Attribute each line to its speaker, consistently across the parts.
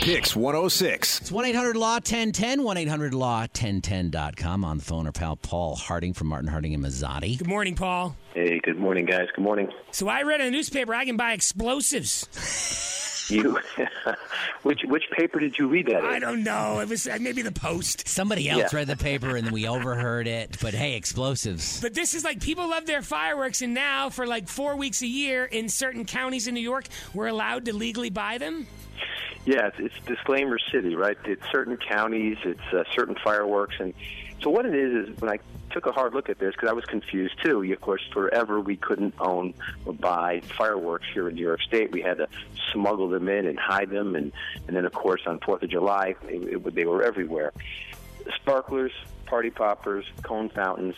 Speaker 1: Kicks 106.
Speaker 2: It's 1 800 Law 1010, 1 800 Law 1010.com. On the phone, our pal Paul Harding from Martin Harding and Mazzotti.
Speaker 3: Good morning, Paul.
Speaker 4: Hey, good morning, guys. Good morning.
Speaker 3: So I read in the newspaper I can buy explosives.
Speaker 4: You, which which paper did you read that?
Speaker 3: I
Speaker 4: In?
Speaker 3: don't know. It was uh, maybe the Post.
Speaker 2: Somebody else
Speaker 4: Yeah.
Speaker 2: read the paper and we overheard it, but hey, explosives.
Speaker 3: But this is like people love their fireworks, and now for like four weeks a year in certain counties in New York, we're allowed to legally buy them.
Speaker 4: Yeah, it's, it's disclaimer city, right? It's certain counties, it's uh, certain fireworks, and so what it is is when I took a hard look at this because I was confused too. Of course, forever we couldn't own or buy fireworks here in New York State. We had to smuggle them in and hide them, and and then of course on Fourth of July it, it, they were everywhere. sparklers, party poppers, cone fountains,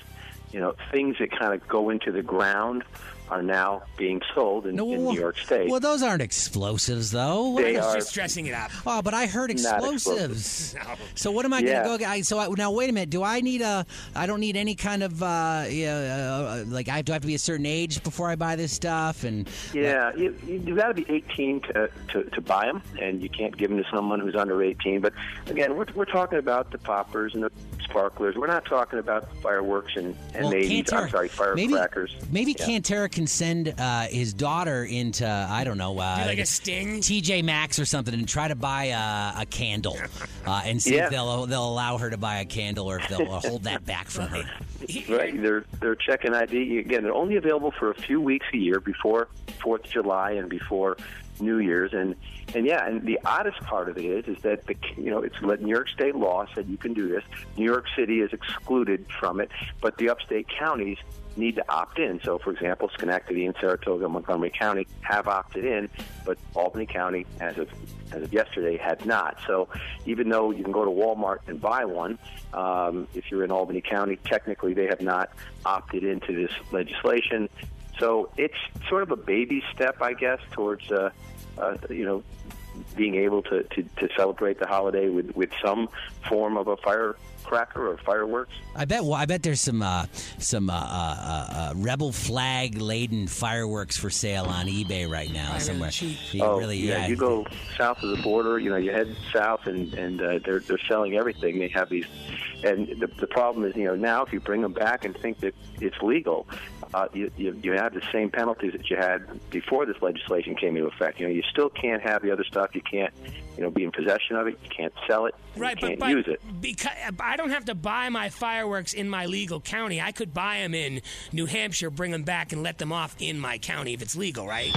Speaker 4: you know, things that kind of go into the ground are now being sold in, in New York State.
Speaker 2: Well, those aren't explosives, though. What
Speaker 4: They
Speaker 2: are-
Speaker 3: It's
Speaker 4: are-
Speaker 3: just dressing it up.
Speaker 2: Oh, but I heard
Speaker 4: Not
Speaker 2: explosives. So what am I going
Speaker 4: Yeah.
Speaker 2: to go get? I, so I, now, wait a minute. Do I need a? I don't need any kind of uh, yeah, uh, like I do. I have to be a certain age before I buy this stuff, and
Speaker 4: yeah, you, you got to be 18 to, to, to buy them, and you can't give them to someone who's under 18. But again, we're, we're talking about the poppers and the sparklers. We're not talking about fireworks and, and
Speaker 2: Well,
Speaker 4: maybe,
Speaker 2: Cantera-
Speaker 4: I'm sorry,
Speaker 2: maybe,
Speaker 4: firecrackers.
Speaker 2: Maybe
Speaker 4: Yeah.
Speaker 2: Cantera can send uh, his daughter into I don't know uh,
Speaker 3: Do like a sting?
Speaker 2: TJ Maxx or something and try to buy a, a candle uh, and see
Speaker 4: Yeah.
Speaker 2: if they'll they'll allow her to buy a candle or if they'll uh, hold that back from her.
Speaker 4: Right, they're they're checking ID again. They're only available for a few weeks a year before Fourth of July and before New Year's, and and yeah, and the oddest part of it is is that the you know it's let New York State law said you can do this. New York City is excluded from it, but the upstate counties need to opt in. So, for example, Schenectady and Saratoga, Montgomery County have opted in, but Albany County, as of as of yesterday, had not. So, even though you can go to Walmart and buy one, um, if you're in Albany County, technically they have not opted into this legislation. So, it's sort of a baby step, I guess, towards uh, uh, you know being able to, to, to celebrate the holiday with, with some form of a firecracker or fireworks.
Speaker 2: I bet well, I bet there's some uh, some uh, uh, uh, rebel flag laden fireworks for sale on eBay right now somewhere. You
Speaker 4: Oh,
Speaker 2: really,
Speaker 4: yeah. You go south of the border, you know, you head south, and and uh, they're they're selling everything. They have these, and the the problem is, you know, now if you bring them back and think that it's legal, uh, you, you you have the same penalties that you had before this legislation came into effect. You know, you still can't have the other stuff. You can't, you know, be in possession of it. You can't sell it. and
Speaker 3: Right,
Speaker 4: You
Speaker 3: but,
Speaker 4: can't
Speaker 3: but
Speaker 4: use it.
Speaker 3: because I don't have to buy my fireworks in my legal county, I could buy them in New Hampshire, bring them back, and let them off in my county if it's legal, right?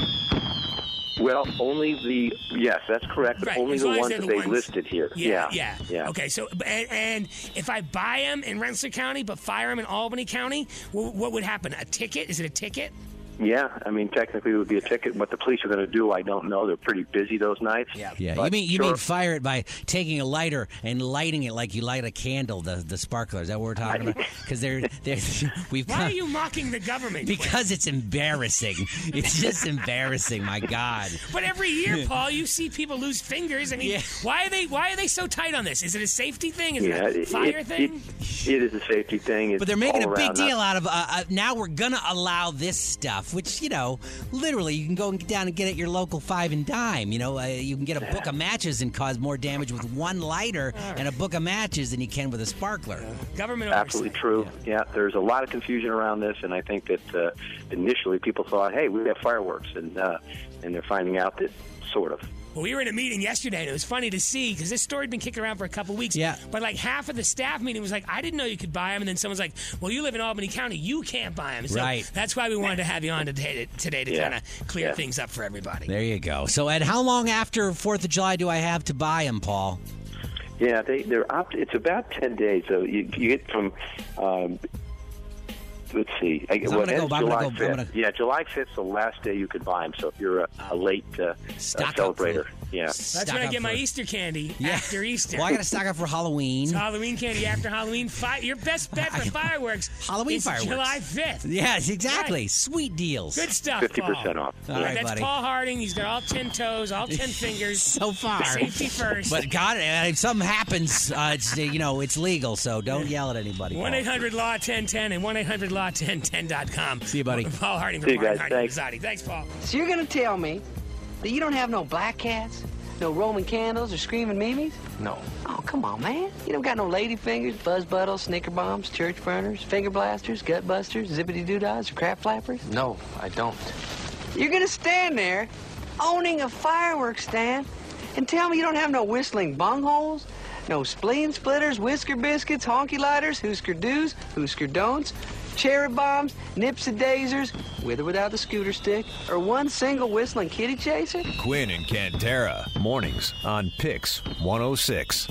Speaker 4: Well, only the yes, that's correct. But
Speaker 3: Right,
Speaker 4: only
Speaker 3: as
Speaker 4: the
Speaker 3: long as
Speaker 4: ones
Speaker 3: they're
Speaker 4: that
Speaker 3: the
Speaker 4: they
Speaker 3: ones-
Speaker 4: listed here.
Speaker 3: Yeah,
Speaker 4: yeah,
Speaker 3: yeah. Okay, so and, and if I buy them in Rensselaer County but fire them in Albany County, wh- what would happen? A ticket? Is it a ticket?
Speaker 4: Yeah, I mean, technically it would be a ticket. What the police are going to do, I don't know. They're pretty busy those nights. Yeah,
Speaker 2: Yeah, you mean you mean fire it by taking a lighter and lighting it like you light a candle. The the sparkler is that what we're talking about? Because they're they're we've
Speaker 3: Why
Speaker 2: come-
Speaker 3: are you mocking the government? Quinn?
Speaker 2: because it's embarrassing. it's just embarrassing. My God,
Speaker 3: But every year, Paul, you see people lose fingers. I mean,
Speaker 2: Yeah.
Speaker 3: why are they why are they so tight on this? Is it a safety thing? Is
Speaker 4: yeah,
Speaker 3: it a
Speaker 4: it-
Speaker 3: fire
Speaker 4: it-
Speaker 3: thing?
Speaker 4: it- it is a safety thing. It's
Speaker 2: but they're making
Speaker 4: all
Speaker 2: a big
Speaker 4: around
Speaker 2: deal
Speaker 4: that.
Speaker 2: out of uh, uh, now we're gonna allow this stuff, which you know, literally, you can go and get down and get at your local five and dime. You know, uh, you can get a book of matches and cause more damage with one lighter and a book of matches than you can with a sparkler.
Speaker 3: Government
Speaker 4: Absolutely
Speaker 3: oversight.
Speaker 4: true. Yeah. there's a lot of confusion around this, and I think that uh, initially people thought, "Hey, we have fireworks," and uh, and they're finding out that sort of.
Speaker 3: Well, we were in a meeting yesterday, and it was funny to see because this story had been kicking around for a couple weeks.
Speaker 2: Yeah.
Speaker 3: But like half of the staff meeting was like, "I didn't know you could buy them," and then someone's like, "Well, you live in Albany County, you can't buy them." So
Speaker 2: Right.
Speaker 3: That's why we wanted to have you on today today to
Speaker 4: Yeah.
Speaker 3: kind of clear
Speaker 4: Yeah.
Speaker 3: things up for everybody.
Speaker 2: There you go. So, Ed, how long after Fourth of July do I have to buy them, Paul?
Speaker 4: Yeah, they they're opt. It's about ten days. So you, you get from. Um, Let's see. I,
Speaker 2: So I'm
Speaker 4: well,
Speaker 2: gonna
Speaker 4: it
Speaker 2: go-
Speaker 4: ends
Speaker 2: I'm gonna
Speaker 4: July
Speaker 2: go- I'm
Speaker 4: 5th.
Speaker 2: gonna-
Speaker 4: Yeah, July 5th is the last day you could buy them. So if you're a, a late uh, uh,
Speaker 2: Stock up for-
Speaker 4: celebrator, yeah.
Speaker 3: That's
Speaker 2: Stock
Speaker 3: when I
Speaker 2: up
Speaker 3: get my
Speaker 2: for-
Speaker 3: Easter candy after Easter.
Speaker 2: Well, I got to stock up for Halloween.
Speaker 3: Halloween candy after Halloween. Fi- your best bet for fireworks.
Speaker 2: Halloween
Speaker 3: is
Speaker 2: fireworks.
Speaker 3: July fifth.
Speaker 2: Yes, exactly.
Speaker 3: Right.
Speaker 2: Sweet deals.
Speaker 3: Good stuff.
Speaker 4: Fifty percent
Speaker 3: Paul.
Speaker 4: off.
Speaker 2: All
Speaker 3: All right,
Speaker 2: right,
Speaker 3: that's
Speaker 2: buddy.
Speaker 3: Paul Harding. He's got all ten toes, all ten fingers.
Speaker 2: So far.
Speaker 3: Safety first.
Speaker 2: But God, if something happens, uh, it's, uh, you know, it's legal, so don't yell at anybody. Paul.
Speaker 3: 1 800 Law 1010 and 1 800 Law 1010.com.
Speaker 2: See you, buddy.
Speaker 3: Paul Harding from
Speaker 4: See you
Speaker 3: Martin
Speaker 4: guys.
Speaker 3: Harding
Speaker 4: Thanks.
Speaker 3: Exotic. Thanks, Paul.
Speaker 5: So you're gonna tell me that you don't have no black cats?
Speaker 1: No Roman candles or screaming memes?
Speaker 5: No.
Speaker 1: Oh, come on, man. You don't got no lady fingers, buzz buttles, snicker bombs, church burners, finger blasters, gut busters, zippity doodahs, or crap flappers?
Speaker 5: No, I don't.
Speaker 1: You're gonna stand there, owning a fireworks stand, and tell me you don't have no whistling bungholes, no spleen splitters, whisker biscuits, honky lighters, hoosker do's, hoosker don'ts, cherry bombs, nips and dazers, with or without the scooter stick, or one single whistling kitty chaser?
Speaker 6: Quinn and Cantera. Mornings on Pix 106.